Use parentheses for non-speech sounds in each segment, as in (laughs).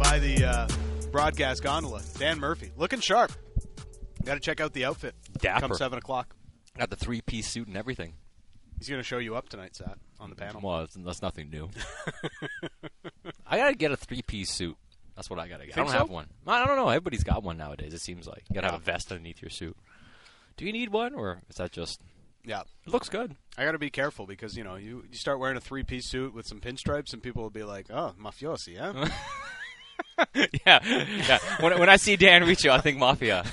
uh, broadcast gondola. Dan Murphy, looking sharp. Got to check out the outfit. Dapper. Come seven o'clock. Got the three piece suit and everything. He's going to show you up tonight, Sat, on the panel. Well, that's, that's nothing (laughs) new. I gotta get a three piece suit. That's what I gotta get. I Think don't so? have one. I don't know. Everybody's got one nowadays. It seems like you gotta have a vest underneath your suit. Do you need one, or is that just? Yeah, It looks good. I got to be careful because you know you, you start wearing a three piece suit with some pinstripes, and people will be like, "Oh, mafiosi, (laughs) yeah." (laughs) yeah, yeah. When, when I see Dan Riccio, I think mafia.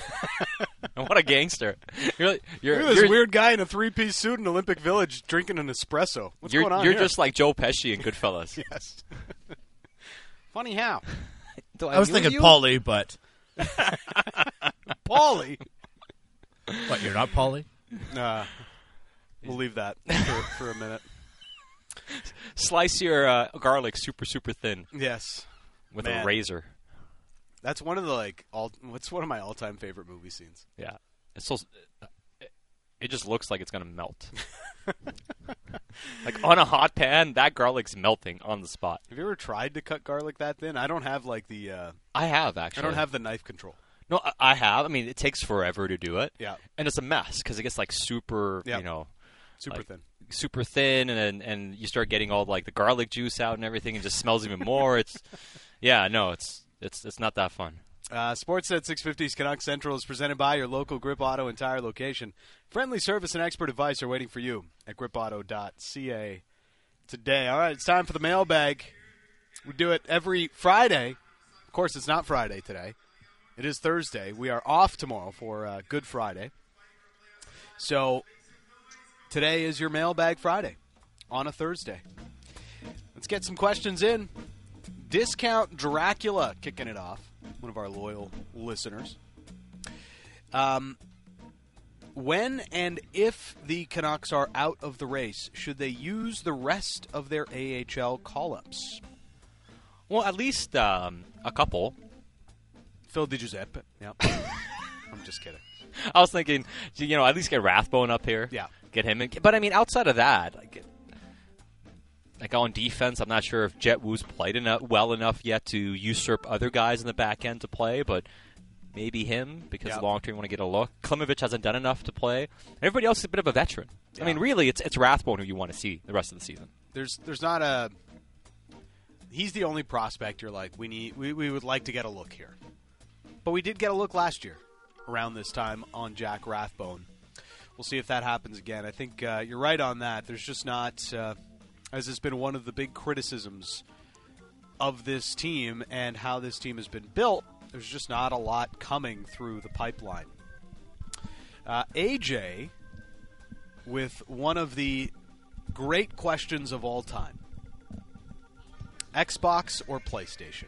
(laughs) what a gangster! You're you're Look at this you're, weird guy in a three piece suit in Olympic Village drinking an espresso. What's you're, going on you're here? just like Joe Pesci in Goodfellas. (laughs) yes. (laughs) Funny how, Do I was knew thinking you? Paulie, but Paulie. (laughs) what? You're not Paulie. Uh, we'll leave that for, for a minute. Slice your uh, garlic super super thin Yes, with Man. a razor. that's one of the like all. What's one of my all time favorite movie scenes? Yeah. It's so. it- It just looks like it's gonna (laughs) melt. like on a hot pan, that garlic's melting on the spot. Have you ever tried to cut garlic that thin? I don't have like the. Uh, I have actually. I don't have the knife control. No, I- I have. I mean, it takes forever to do it. Yeah. And it's a mess because it gets like super, Yeah. you know, Super Like- thin. super thin, and and you start getting all like the garlic juice out and everything, and just smells even more. It's, (laughs) yeah, no, it's it's it's not that fun. Uh, Sportsnet 650's Canuck Central is presented by your local Grip Auto and tire location. Friendly service and expert advice are waiting for you at gripauto.ca today. All right, it's time for the mailbag. We do it every Friday. Of course, it's not Friday today. It is Thursday. We are off tomorrow for uh, Good Friday. So today is your mailbag Friday on a Thursday. Let's get some questions in. Discount Dracula kicking it off. One of our loyal listeners. Um, when and if the Canucks are out of the race, should they use the rest of their AHL call ups? Well, at least um, a couple. Phil DiGiuseppe. Yep. (laughs) I'm just kidding. (laughs) I was thinking, you know, at least get Rathbone up here. Yeah. get him. In. But I mean, outside of that, like, like on defense, I'm not sure if Jet Wu's played enough, well enough yet to usurp other guys in the back end to play, but maybe him because Yeah. long term want to get a look. Klimovich hasn't done enough to play. Everybody else is a bit of a veteran. Yeah. I mean, really, it's it's Rathbone who you want to see the rest of the season. There's there's not a. He's the only prospect you're like we need we, we would like to get a look here, but we did get a look last year around this time on Jack Rathbone. We'll see if that happens again. I think uh, you're right on that. There's just not uh, as has been one of the big criticisms of this team and how this team has been built. There's just not a lot coming through the pipeline. Uh, AJ with one of the great questions of all time Xbox or PlayStation?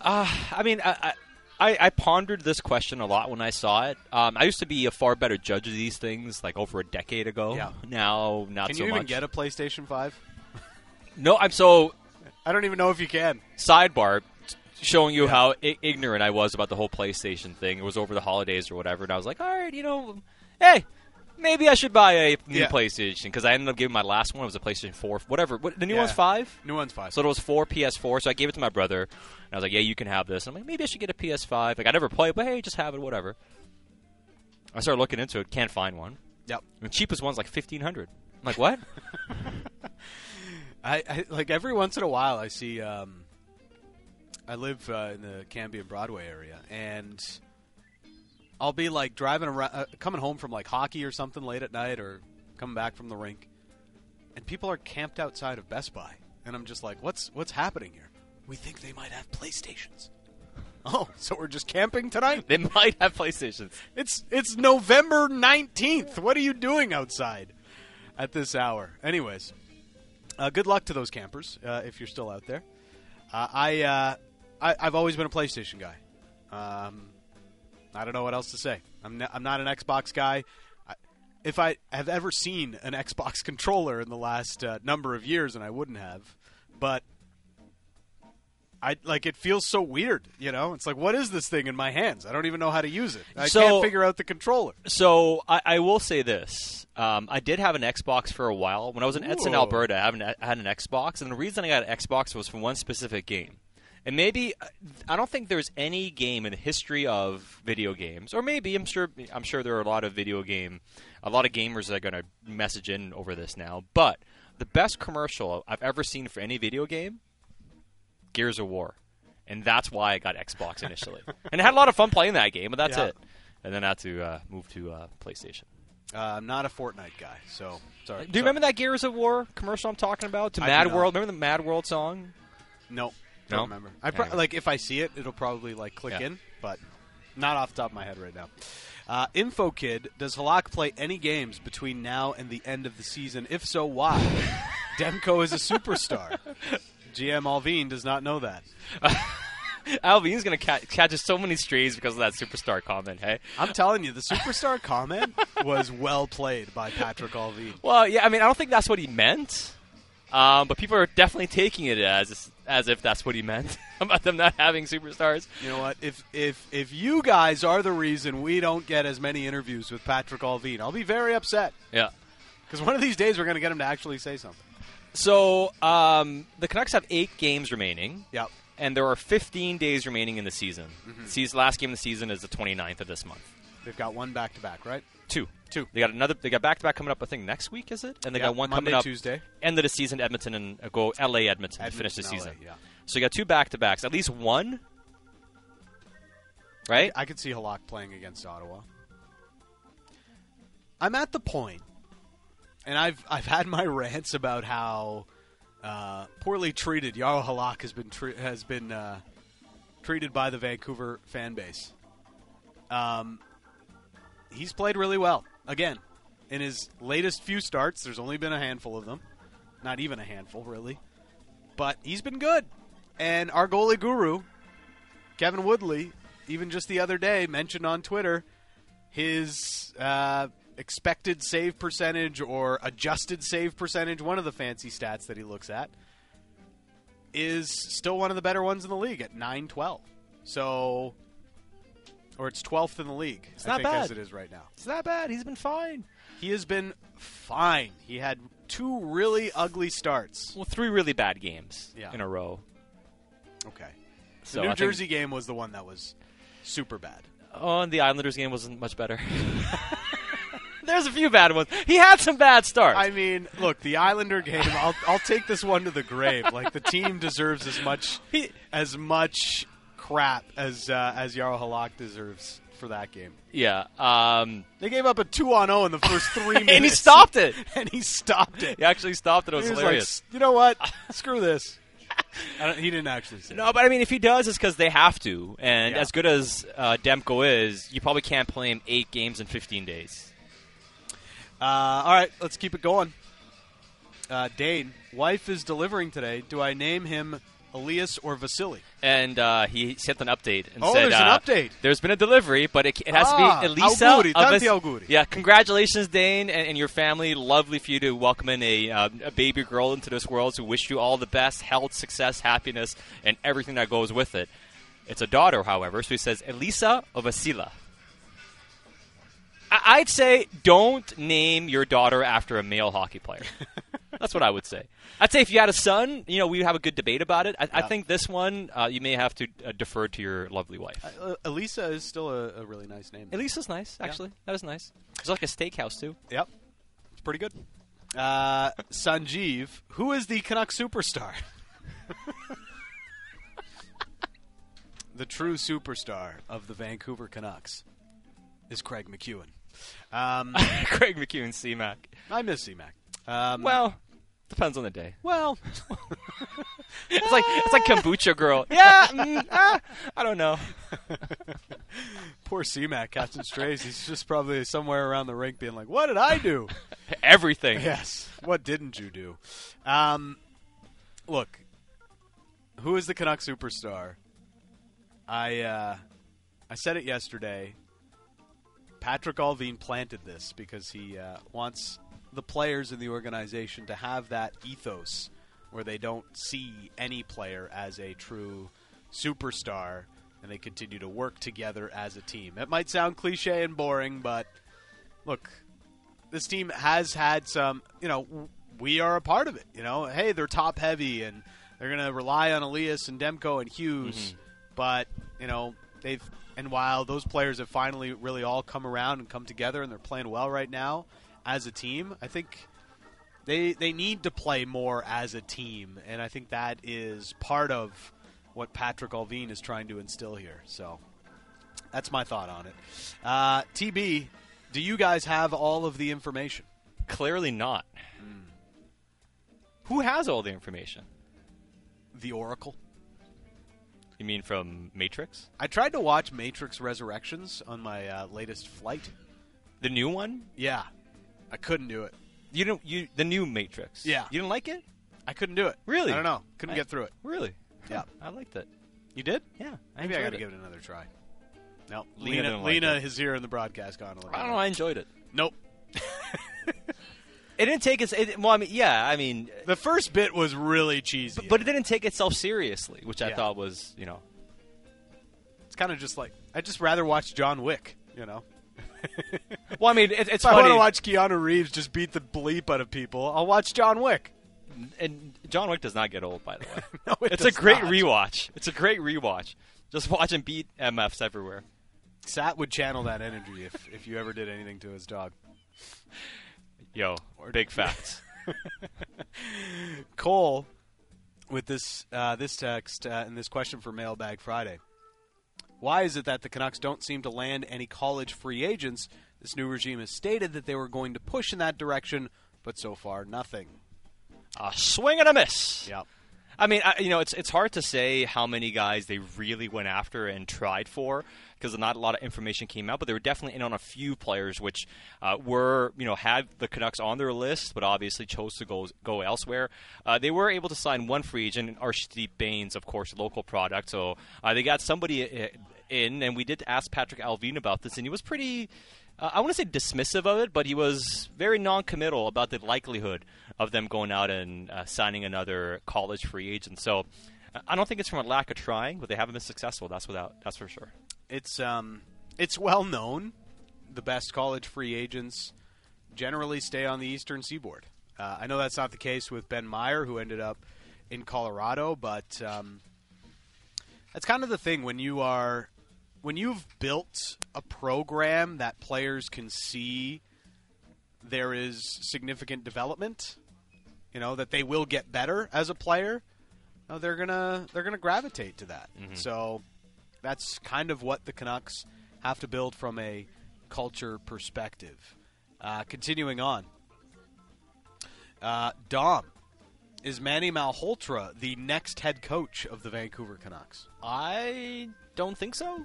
I mean, I, I, I- I pondered this question a lot when I saw it. Um, I used to be a far better judge of these things, like over a decade ago. Yeah. Now, not Can so you even much. get a PlayStation 5? no, I'm so I don't even know if you can. sidebar showing you how I- ignorant I was about the whole PlayStation thing. It was over the holidays or whatever, and I was like, all right, you know, hey, maybe I should buy a new Yeah. PlayStation because I ended up giving my last one it was a PlayStation Four, whatever. What, the new Yeah. one's five. New one's 5. So it was four PS4. So I gave it to my brother, and I was like, "Yeah, you can have this." And I'm like, "Maybe I should get a PS5." Like I never play, it, but hey, just have it, whatever. I started looking into it. Can't find one. yep. The cheapest one's like fifteen hundred. I'm like, what? I, I like every once in a while I see. Um, I live uh, in the Canby and Broadway area, and I'll be like driving around, uh, coming home from like hockey or something late at night, or coming back from the rink, and people are camped outside of Best Buy, and I'm just like, what's what's happening here? We think they might have PlayStations. (laughs) Oh, so we're just camping tonight? (laughs) they might have PlayStations. It's it's November 19th. What are you doing outside at this hour? Anyways, uh, good luck to those campers uh, if you're still out there. Uh, I, uh, I I've always been a PlayStation guy. Um, I don't know what else to say. I'm n- I'm not an Xbox guy. I, if I have ever seen an Xbox (laughs) controller in the last uh, number of years, and I wouldn't have, but I like it feels so weird. You know, it's like what is this thing in my hands? I don't even know how to use it. I So- can't figure out the controller. So I, I will say this: um, I did have an Xbox for a while. When I was in Edson, Ooh. Alberta, I, have an, I had an Xbox, and the reason I got an Xbox was for one specific game. And maybe I don't think there's any game in the history of video games, or maybe I'm sure I'm sure there are a lot of video game, a lot of gamers that are going to message in over this now. But the best commercial I've ever seen for any video game, Gears of War, and that's why I got Xbox initially, and I had a lot of fun playing that game. But that's Yeah. it, and then I had to uh, move to uh, PlayStation. Uh, I'm not a Fortnite guy, so sorry. Do you remember that Gears of War commercial I'm talking about? To I do Mad not. World. Remember the Mad World (laughs) song? No, No? don't remember. I pro- Anyway. like if I see it, it'll probably like click Yeah. in, but not off the top of my head right now. Uh, Info Kid, does Halak play any games between now and the end of the season? If so, (laughs) why? Demko is a superstar. GM Alvine does not know that. Alvin's gonna ca- catch us so many strays because of that superstar comment. Hey, I'm telling you, the superstar comment was well played by Patrick Alvine. well, yeah. I mean, I don't think that's what he meant, um, but people are definitely taking it as as if that's what he meant (laughs) about them not having superstars. You know what? If if if you guys are the reason we don't get as many interviews with Patrick Alvine, I'll be very upset Yeah. because one of these days we're going to get him to actually say something. So um, the Canucks have eight games remaining. Yep. And there are 15 days remaining in the season. Mm-hmm. Seas- last game of the season is the 29th of this month. They've got one back to back, right? Two, Two. They got another. They got back to back coming up. I think next week is it? And they Yeah, got one Monday, coming up Tuesday. End of the season, Edmonton and uh, go L.A. Edmonton, to finish the Edmonton, season. LA, yeah. So you got two back to backs. At least one, right? I could see Halak playing against Ottawa. I'm at the point, and I've I've had my (laughs) rants about how uh, poorly treated Yarl Halak has been tre- has been uh, treated by the Vancouver fan base. Um, he's played really well again in his latest few starts. There's only been a handful of them, not even a handful really, but he's been good. And our goalie guru, Kevin Woodley, even just the other day, mentioned on Twitter his uh, expected save percentage or adjusted save percentage, one of the fancy stats that he looks at, is still one of the better ones in the league at 912. So, or it's 12th in the league, I not think, bad. as it is right now. it's not bad. He's been fine. He has been fine. He had two really ugly starts. Well, three really bad games Yeah. in a row. Okay. The So New I think- Jersey game was the one that was super bad. Oh, and the Islanders game wasn't (laughs) much better. (laughs) There's a few bad ones. He had some bad starts. I mean, look, the Islander game. I'll, I'll take this one to the grave. Like the team deserves as much He- as much crap as uh, as Yarrow Halak deserves for that game. yeah. Um, They gave up a two on zero in the first (laughs) three (laughs) minutes, and he stopped it. (laughs) And he stopped it. He actually stopped it. It was, he was like, hilarious. "S- you know what? (laughs) Screw this. I don't, he didn't actually say. No, but I mean, if he does, it's because they have to. And Yeah. as good as uh, Demko is, you probably can't play him eight games in 15 days. that. Uh, all right, let's keep it going. Uh, Dane, wife is delivering today. Do I name him Elias or Vasily? And uh, he sent an update and Oh, said, there's an uh, update. There's been a delivery, but it, it has Ah, to be Elisa. auguri, tanti Avas- auguri. Yeah, congratulations, Dane, and, and your family. Lovely for you to welcome in a, uh, a baby girl into this world. So wish you all the best, health, success, happiness, and everything that goes with it. It's a daughter, however, so he says Elisa or Vasila. I- I'd say don't name your daughter after a male (laughs) hockey player. That's what I would say. I'd say if you had a son, you know, we would have a good debate about it. I, I Yeah. think this one uh, you may have to uh, defer to your lovely wife. Uh, Elisa is still a, a really nice name. At least it's nice, actually. That was nice. It's like a steakhouse too. (laughs) Yep. It's pretty good. Uh, Sanjeev, who is the Canuck superstar? (laughs) the true superstar of the Vancouver Canucks is Craig McEwen. Um, Craig McEwen, CMAC. I miss C-Mac. Um, Well, depends on the (laughs) day. well, (laughs) It's like it's like kombucha girl. (laughs) Yeah, mm, ah, I don't know. poor C-Mac catching strays. He's just probably somewhere around the rink being like, what did I do? (laughs) Everything. Yes. What didn't you do? Um, look, who is the Canuck superstar? I uh, I said it yesterday. Patrick Alvine planted this because he uh, wants the players in the organization to have that ethos where they don't see any player as a true superstar and they continue to work together as a team. It might sound cliche and boring, but look, this team has had some, you know, w- we are a part of it. You know, hey, they're top heavy and They're going to rely on Elias and Demko and Hughes, but you know they've and while those players have finally really all come around and come together and they're playing well right now as a team, I think they they need to play more as a team, and I think that is part of what Patrick Alvine is trying to instill here. So that's my thought on it. Uh, TB, do you guys have all of the information? Clearly not. Who has all the information? The Oracle. You mean from Matrix? I tried to watch Matrix Resurrections on my uh, latest flight. The new one? Yeah, I couldn't do it. You don't you the new Matrix. Yeah. You didn't like it? I couldn't do it. Really? I don't know. Couldn't I- get through it. Really? Yeah. I liked it. You did? Yeah. Maybe I enjoyed got to give it another try. No, Lena Lena. Lena, didn't like it. is here in the broadcast gone. I don't know, I enjoyed it. Nope. It didn't take its it, well, I mean yeah, I mean The first bit was really cheesy, but it didn't take itself seriously, which I Yeah. thought was, you know, it's kind of just like I just rather watch John Wick. You know, well, I mean, it, it's if I want funny. to watch Keanu Reeves just beat the bleep out of people, I'll watch John Wick. (laughs) and John Wick does not get old, by the way. No, it it's does a great not. rewatch. It's a great rewatch. Just watch him beat MFs everywhere. Sat would channel that energy if if you ever did anything to his dog. Yo, (laughs) big facts. Cole with this uh, this text uh, and this question for Mailbag Friday. Why is it that the Canucks don't seem to land any college free agents? This new regime has stated that they were going to push in that direction, but so far nothing. a swing and a miss. Yep. I mean, I, you know, it's it's hard to say how many guys they really went after and tried for because not a lot of information came out. But they were definitely in on a few players, which uh, were you know had the Canucks on their list, but obviously chose to go go elsewhere. Uh, they were able to sign one free agent, Archdeep Baines, of course, local product. So uh, they got somebody uh, in, and we did ask Patrick Alvin about this, and he was pretty. Uh, I want to say dismissive of it, but he was very non-committal about the likelihood of them going out and uh, signing another college free agent. So uh, I don't think it's from a lack of trying, but they haven't been successful. That's without that's for sure. It's um it's well known the best college free agents generally stay on the eastern seaboard. Uh, I know that's not the case with Ben Meyer, who ended up in Colorado, but um, that's kind of the thing when you are when you've built a program that players can see there is significant development. You know that they will get better as a player. No, they're gonna they're gonna gravitate to that. So that's kind of what the Canucks have to build from a culture perspective. Uh, continuing on, uh, Dom is Manny Malholtra the next head coach of the Vancouver Canucks? I don't think so.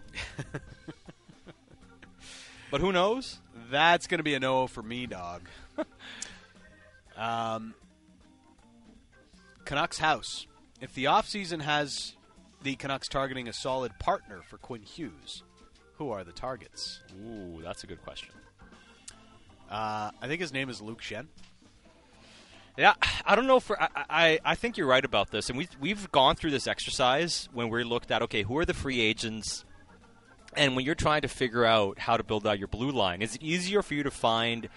(laughs) but who knows? That's going to be a no for me, dog. um, Canucks House. If the offseason has the Canucks targeting a solid partner for Quinn Hughes, who are the targets? Ooh, that's a good question. Uh, I think his name is Luke Shen. Yeah, I don't know if we're, I, I I think you're right about this, and we we've gone through this exercise when we looked at okay, who are the free agents, and when you're trying to figure out how to build out your blue line, is it easier for you to find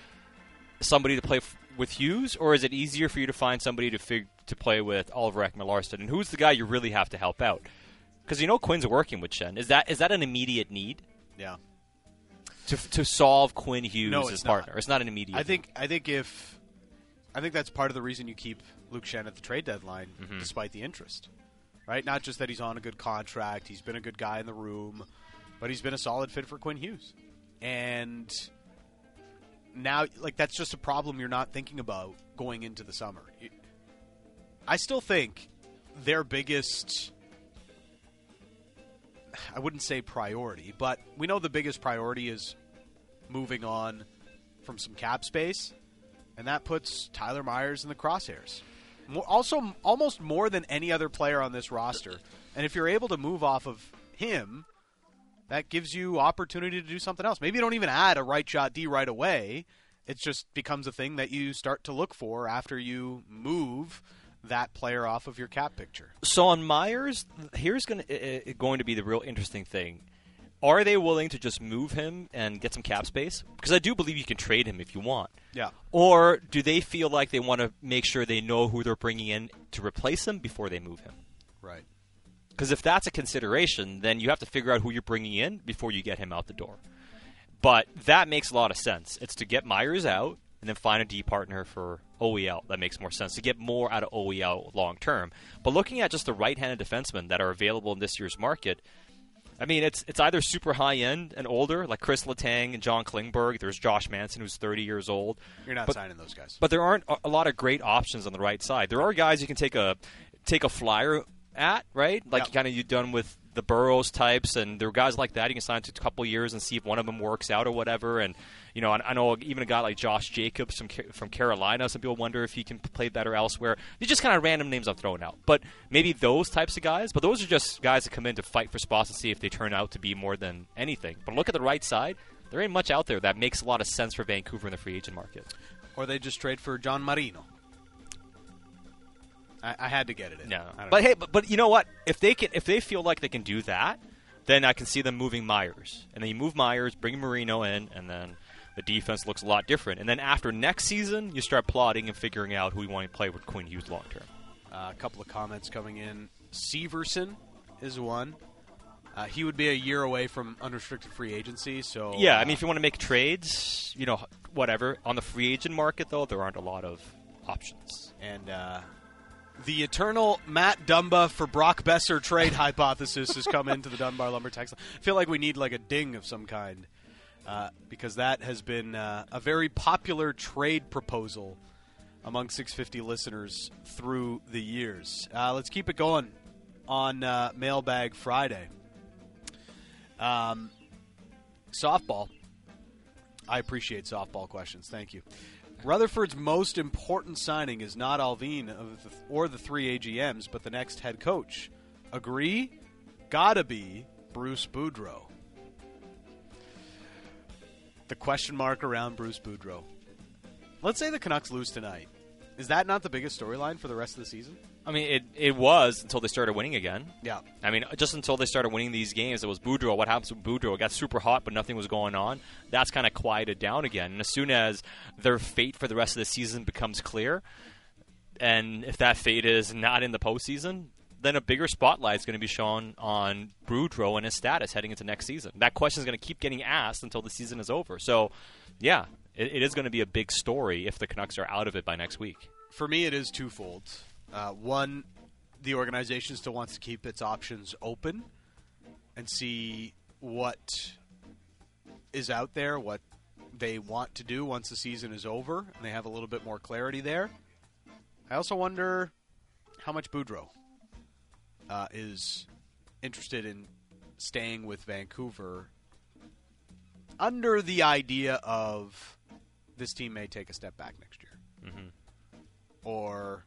somebody to play f- with Hughes, or is it easier for you to find somebody to fig- to play with Oliver Ekman-Larsson? And who's the guy you really have to help out? Because you know Quinn's working with Shen. Is that is that an immediate need Yeah. to to solve Quinn Hughes' No, it's not. partner? It's not an immediate. I think I think if I think that's part of the reason you keep Luke Shen at the trade deadline, despite the interest. Right? Not just that he's on a good contract, he's been a good guy in the room, but he's been a solid fit for Quinn Hughes. And now, like that's just a problem you're not thinking about going into the summer. You- I still think their biggest I wouldn't say priority, but we know the biggest priority is moving on from some cap space, and that puts Tyler Myers in the crosshairs. Mo- Also, m- almost more than any other player on this roster. And if you're able to move off of him, that gives you opportunity to do something else. Maybe you don't even add a right shot D right away. It just becomes a thing that you start to look for after you move that player off of your cap picture. So on Myers, here's going to, going to be the real interesting thing. Are they willing to just move him and get some cap space? Because I do believe you can trade him if you want. Yeah. Or do they feel like they want to make sure they know who they're bringing in to replace him before they move him? Right. Because if that's a consideration, then you have to figure out who you're bringing in before you get him out the door. But that makes a lot of sense. It's to get Myers out and then find a D partner for OEL. That makes more sense to get more out of OEL long term. But looking at just the right-handed defensemen that are available in this year's market, I mean, it's it's either super high end and older, like Chris Letang and John Klingberg. There's Josh Manson, who's 30 years old. You're not But- signing those guys. But there aren't a- a lot of great options on the right side. There are guys you can take a take a flyer at, right? Like Yeah. kind of you done with the Burrows types, and there are guys like that you can sign to a couple years and see if one of them works out or whatever. And you know, I, I know even a guy like Josh Jacobs from Ca- from Carolina. Some people wonder if he can play better elsewhere. They're just kind of random names I'm throwing out, but maybe those types of guys. But those are just guys that come in to fight for spots and see if they turn out to be more than anything. But look at the right side. There ain't much out there that makes a lot of sense for Vancouver in the free agent market. or they just trade for John Marino. I, I had to get it in. No, I don't but know. hey, but, but you know what? If they can, if they feel like they can do that, then I can see them moving Myers, and then you move Myers, bring Marino in, and then the defense looks a lot different. And then after next season, you start plotting and figuring out who you want to play with Quinn Hughes long term. Uh, a couple of comments coming in. Severson is one. Uh, he would be a year away from unrestricted free agency, so yeah, I uh, mean, if you want to make trades, you know, whatever. On the free agent market, though, there aren't a lot of options. and uh, the eternal Matt Dumba for Brock Besser trade (laughs) hypothesis has come into the Dunbar Lumber text. line. I feel like we need like a ding of some kind uh, because that has been uh, a very popular trade proposal among 650 listeners through the years. Uh, let's keep it going on uh, Mailbag Friday. Um, softball. I appreciate softball questions. Thank you. Rutherford's most important signing is not Alvin of the, or the three AGMs, but the next head coach. Agree? Gotta be Bruce Boudreau. The question mark around Bruce Boudreau. Let's say the Canucks lose tonight. Is that not the biggest storyline for the rest of the season? I mean, it it was until they started winning again. Yeah. I mean, just until they started winning these games, it was Boudreaux. What happens with Boudreaux? It got super hot, but nothing was going on. That's kind of quieted down again. And as soon as their fate for the rest of the season becomes clear, and if that fate is not in the postseason, then a bigger spotlight is going to be shown on Boudreaux and his status heading into next season. That question is going to keep getting asked until the season is over. So, yeah, it, it is going to be a big story if the Canucks are out of it by next week. for me, it is twofold. Uh, one, the organization still wants to keep its options open and see what is out there, what they want to do once the season is over, and they have a little bit more clarity there. I also wonder how much Boudreaux uh, is interested in staying with Vancouver under the idea of this team may take a step back next year or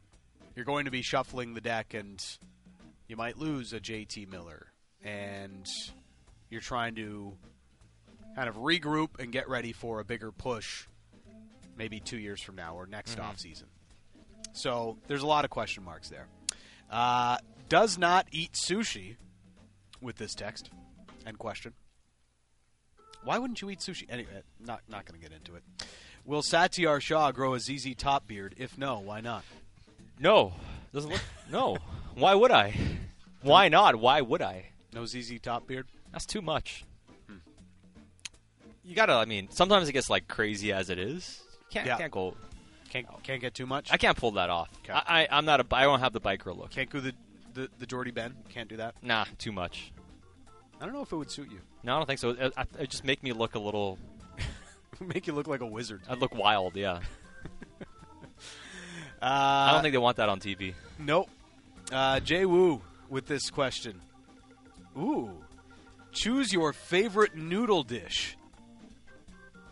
you're going to be shuffling the deck and you might lose a JT Miller and you're trying to kind of regroup and get ready for a bigger push maybe 2 years from now or next off season. So, there's a lot of question marks there. Uh, does not eat sushi with this text and question. Why wouldn't you eat sushi? Anyway, not not going to get into it. Will Satyar Shah grow a ZZ Top beard? If no, why not? No, doesn't look. no, why would I? Why not? Why would I? No ZZ Top beard. That's too much. You gotta. I mean, sometimes it gets like crazy as it is. Can't Yeah. can't go. Can't can't get too much. I can't pull that off. Okay. I, I I'm not a. I don't have the biker look. can't go the the, the Jordy Ben. Can't do that. Nah, too much. I don't know if it would suit you. (laughs) No, I don't think so. It, I- it just make me look a little. Make you look like a wizard. I look wild. Yeah, Uh, I don't think they want that on TV. Nope. Uh, Jay Wu with this question. Ooh. Choose your favorite noodle dish.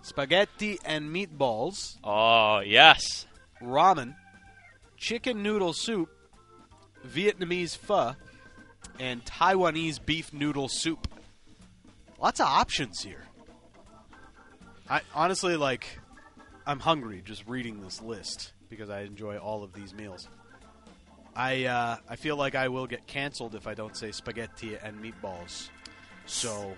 Spaghetti and meatballs, Oh yes, ramen, chicken noodle soup, Vietnamese pho, and Taiwanese beef noodle soup. Lots of options here. I honestly like I'm hungry just reading this list because I enjoy all of these meals. I uh, I feel like I will get canceled if I don't say spaghetti and meatballs. So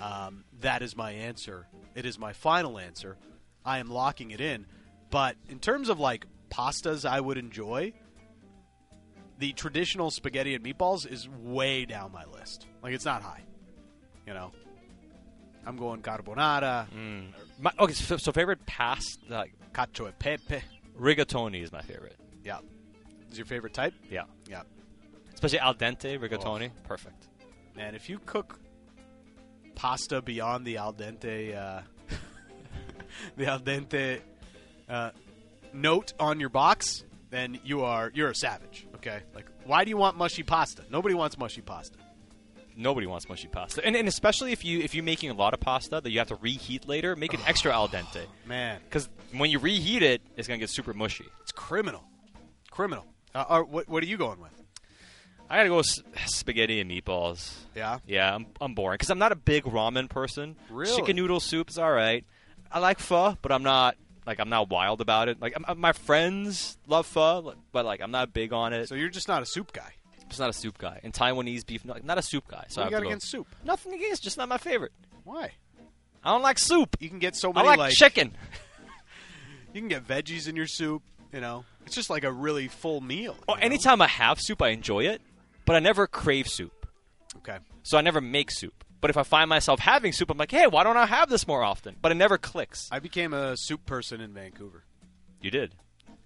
Um, that is my answer. It is my final answer. I am locking it in. But in terms of like pastas I would enjoy, the traditional spaghetti and meatballs is way down my list. Like it's not high. You know, I'm going carbonara, My, okay, so, so favorite past like cacio e pepe. rigatoni is my favorite. Yeah, is your favorite type? Yeah, Yeah. especially al dente rigatoni, perfect. Man, if you cook pasta beyond the al dente, uh, (laughs) the al dente uh, note on your box, then you are you're a savage. Okay, like why do you want mushy pasta? Nobody wants mushy pasta. Nobody wants mushy pasta, and, and especially if you if you're making a lot of pasta that you have to reheat later, make it extra al dente. Man, Because when you reheat it, it's gonna get super mushy. it's criminal, criminal. Uh, or what, what are you going with? I gotta go s- spaghetti and meatballs. Yeah, Yeah, I'm, I'm boring because I'm not a big ramen person. Really? chicken noodle soup is all right. I like pho, but I'm not like I'm not wild about it. Like I'm, I'm- my friends love pho, li- but like I'm not big on it. so you're just not a soup guy. I'm just not a soup guy. And Taiwanese beef, not, not a soup guy. So What I you got have to go- against soup? Nothing against, just not my favorite. Why? I don't like soup. You can get so I many like, chicken. you can get veggies in your soup. You know, it's just like a really full meal. Well, you know? Oh, anytime I have soup, I enjoy it, but I never crave soup. Okay. So I never make soup. But if I find myself having soup, I'm like, hey, why don't I have this more often? But it never clicks. I became a soup person in Vancouver. you did.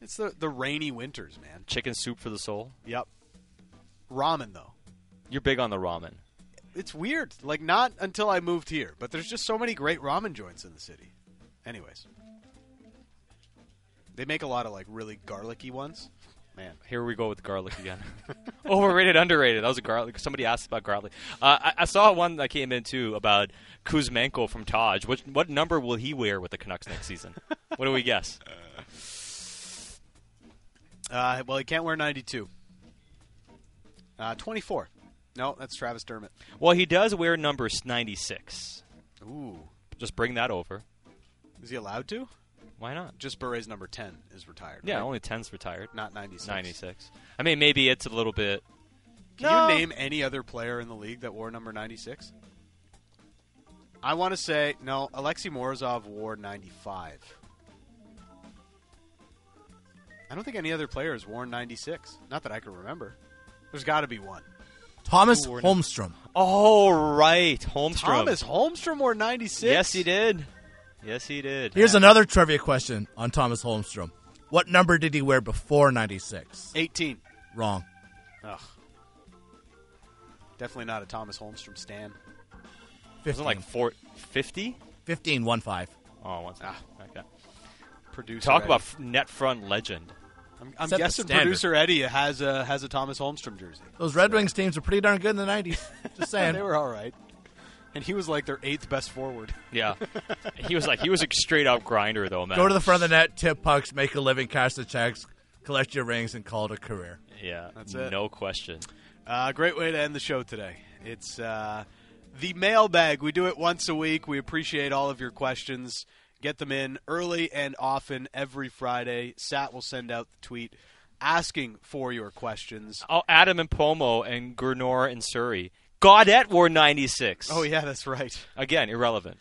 It's the the rainy winters, man. Chicken soup for the soul. Yep. Ramen though. You're big on the ramen. It's weird. Like not until I moved here, but there's just so many great ramen joints in the city. Anyways. They make a lot of like really garlicky ones. Man. Here we go with garlic again. (laughs) Overrated, underrated. That was a garlic. Somebody asked about garlic. Uh, I, I saw one that came in too about Kuzmenko from Taj. What, what number will he wear with the Canucks next season? what do we guess? Uh, well, he can't wear 92. Uh, 24. No, that's Travis Dermott. Well, he does wear number 96. Ooh. Just bring that over. Is he allowed to? Why not? Just Beret's number 10 is retired. Yeah, right? only 10's retired. not 96. 96. I mean, maybe it's a little bit. Can No. you name any other player in the league that wore number 96? I want to say, no, Alexei Morozov wore 95. I don't think any other player has worn 96. Not that I can remember. There's got to be one. Thomas Ooh, we're not- Holmstrom. Oh, right. Holmstrom. Thomas Holmstrom wore 96? Yes, he did. Yes, he did. Here's another trivia question on Thomas Holmstrom. What number did he wear before 96? 18. Wrong. Ugh. Definitely not a Thomas Holmstrom stan. Wasn't 15. like four, 50? 15, 1 5. Oh, one second. Ah. Okay. Producer Talk Eddie. about f- net front legend. I'm, I'm Set the guessing standard. producer Eddie has a has a Thomas Holmstrom jersey. Those Red Wings teams were pretty darn good in the 90s. Just saying. they were all right. And he was like their eighth best forward. Yeah, (laughs) he was like he was a straight up grinder though, man. Go to the front of the net, tip pucks, make a living, cash the checks, collect your rings, and call it a career. yeah, That's it. No question. Uh, great way to end the show today. It's uh, the mailbag. We do it once a week. We appreciate all of your questions. Get them in early and often every Friday. Sat will send out the tweet asking for your questions. Oh, Adam and Pomo and Gurnor and Surrey. Godet wore ninety six. Oh, yeah, that's right. Again, irrelevant.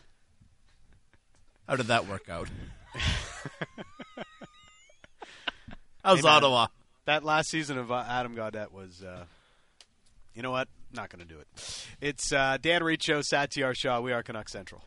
How did that work out? How's Hey, man. Ottawa? That last season of uh, Adam Gaudet was, uh, you know what? Not going to do it. It's uh, Dan Riccio, Satyar Shah. We are Canuck Central.